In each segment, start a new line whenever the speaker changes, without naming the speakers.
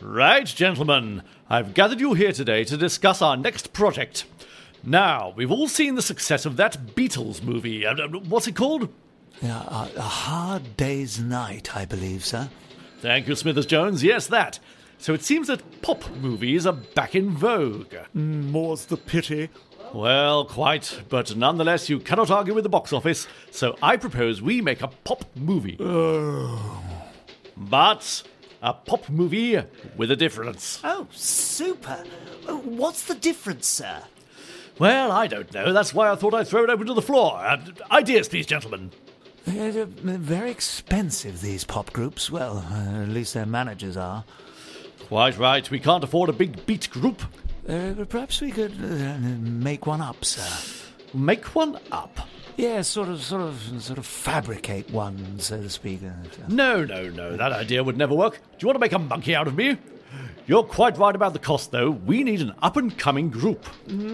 Right, gentlemen, I've gathered you here today to discuss our next project. Now, we've all seen the success of that Beatles movie. Uh, uh, What's it called?
Yeah, a, a hard day's night, I believe, sir.
Thank you, Smithers Jones. Yes, that. So it seems that pop movies are back in vogue.
More's the pity.
Well, quite, but nonetheless, you cannot argue with the box office, so I propose we make a pop movie.
Oh,
But a pop movie with a difference.
Oh, super. Oh, What's the difference, sir?
Well, I don't know. That's why I thought I'd throw it open to the floor. Uh, ideas, please, gentlemen.
Yeah, they're Very expensive, these pop groups. Well, uh, at least their managers are.
Quite right. We can't afford a big beat group.
Uh, but perhaps we could uh, make one up, sir.
Make one up.
Yeah, sort of, sort of, sort of fabricate one, so to speak. uh, sir.
No, no, no. That idea would never work. Do you want to make a monkey out of me? You're quite right about the cost, though. We need an up and coming group.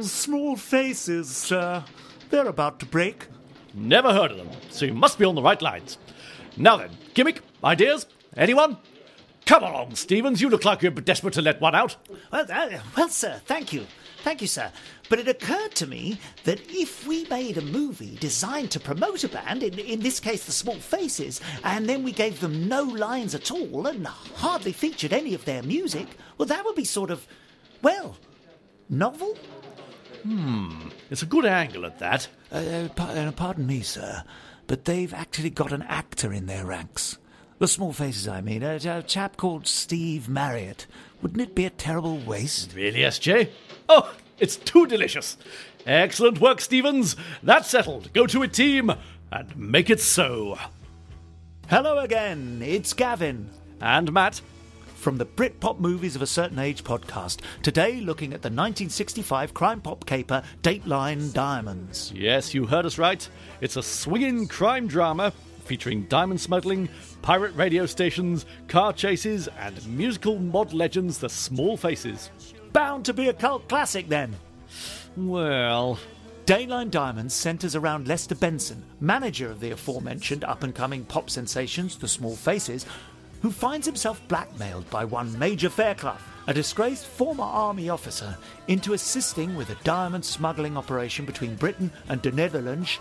Small faces, sir. They're about to break.
Never heard of them, so you must be on the right lines. Now then, gimmick, ideas? Anyone? Come along, Stevens. You look like you're desperate to let one out.
Well, uh, well, sir, thank you. Thank you, sir. But it occurred to me that if we made a movie designed to promote a band, in, in this case the Small Faces, and then we gave them no lines at all and hardly featured any of their music, well, that would be sort of, well, novel?
It's a good angle at that.
Uh, uh, pa- uh, pardon me, sir, but they've actually got an actor in their ranks. The small faces, I mean. A, a chap called Steve Marriott. Wouldn't it be a terrible waste?
Really, SJ? Oh, it's too delicious. Excellent work, Stevens. That's settled. Go to a team and make it so.
Hello again, it's Gavin
And Matt,
from the Britpop Movies of a Certain Age podcast. Today, looking at the 1965 crime pop caper Dateline Diamonds.
Yes, you heard us right. It's a swinging crime drama featuring diamond smuggling, pirate radio stations, car chases, and musical mod legends The Small Faces.
Bound to be a cult classic, then.
Well,
Dayline Diamonds centres around Lester Benson, manager of the aforementioned up and coming pop sensations, The Small Faces, who finds himself blackmailed by one Major Fairclough, a disgraced former army officer, into assisting with a diamond smuggling operation between Britain and the Netherlands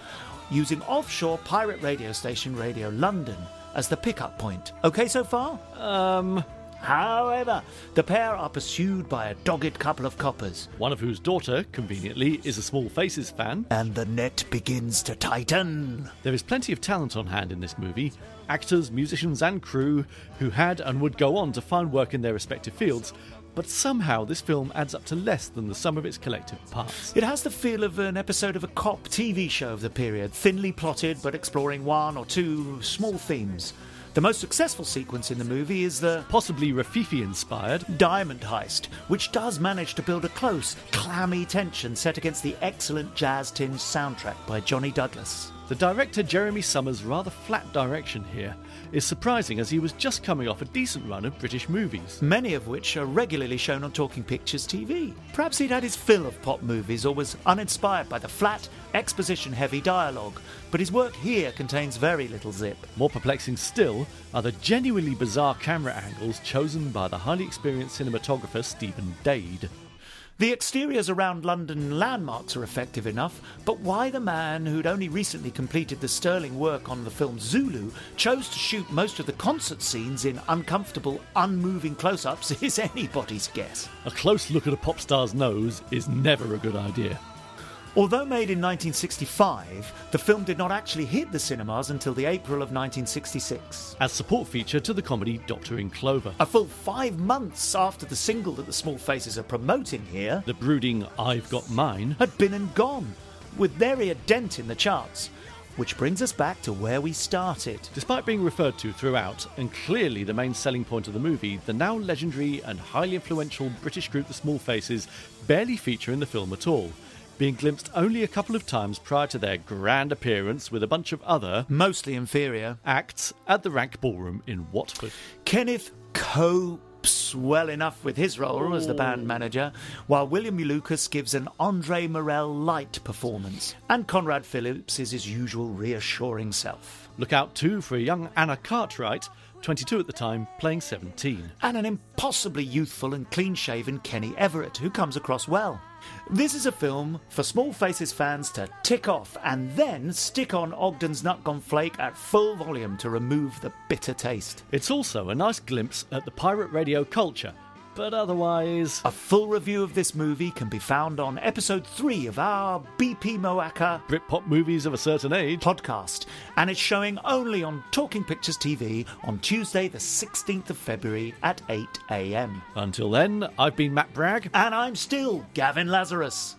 using offshore pirate radio station Radio London as the pickup point. Okay so far? Um, However, the pair are pursued by a dogged couple of coppers.
one of whose daughter, conveniently, is a Small Faces fan.
And the net begins to tighten.
There is plenty of talent on hand in this movie actors, musicians, and crew who had and would go on to find work in their respective fields, but somehow this film adds up to less than the sum of its collective parts.
It has the feel of an episode of a cop TV show of the period, thinly plotted but exploring one or two small themes. The most successful sequence in the movie is the
Possibly Rafifi inspired,
Diamond Heist, which does manage to build a close, clammy tension set against the excellent jazz tinged soundtrack by Johnny Douglas.
The director Jeremy Summers' rather flat direction here is surprising as he was just coming off a decent run of British movies.
Many of which are regularly shown on Talking Pictures TV. Perhaps he'd had his fill of pop movies or was uninspired by the flat, exposition heavy dialogue, but his work here contains very little zip.
More perplexing still are the genuinely bizarre camera angles chosen by the highly experienced cinematographer Stephen Dade.
The exteriors around London landmarks are effective enough, but why the man who'd only recently completed the sterling work on the film Zulu chose to shoot most of the concert scenes in uncomfortable, unmoving close ups is anybody's guess.
A close look at a pop star's nose is never a good idea.
Although made in 1965, the film did not actually hit the cinemas until the April of 1966.
As support feature to the comedy Doctor in Clover,
A full five months after the single that the Small Faces are promoting here,
the brooding I've Got Mine
had been and gone, with nary a dent in the charts. Which brings us back to where we started.
Despite being referred to throughout, and clearly the main selling point of the movie, the now legendary and highly influential British group The Small Faces barely feature in the film at all, being glimpsed only a couple of times prior to their grand appearance with a bunch of other
Mostly inferior.
acts at the Rank Ballroom in Watford.
Kenneth copes well enough with his role as the band manager, while William E. Lucas gives an Andre Morel light performance, and Conrad Phillips is his usual reassuring self.
Look out too for a young Anna Cartwright, 22 at the time, playing 17.
and an impossibly youthful and clean shaven Kenny Everett, who comes across well. This is a film for Small Faces fans to tick off and then stick on Ogden's Nut Gone Flake at full volume to remove the bitter taste.
It's also a nice glimpse at the pirate radio culture, but otherwise.
A full review of this movie can be found on episode 3 of our BP Moaka
Britpop movies of a certain age.
podcast, and it's showing only on Talking Pictures TV on Tuesday, the 16th of February at 8am.
Until then, I've been Matt Bragg.
And I'm still Gavin Lazarus.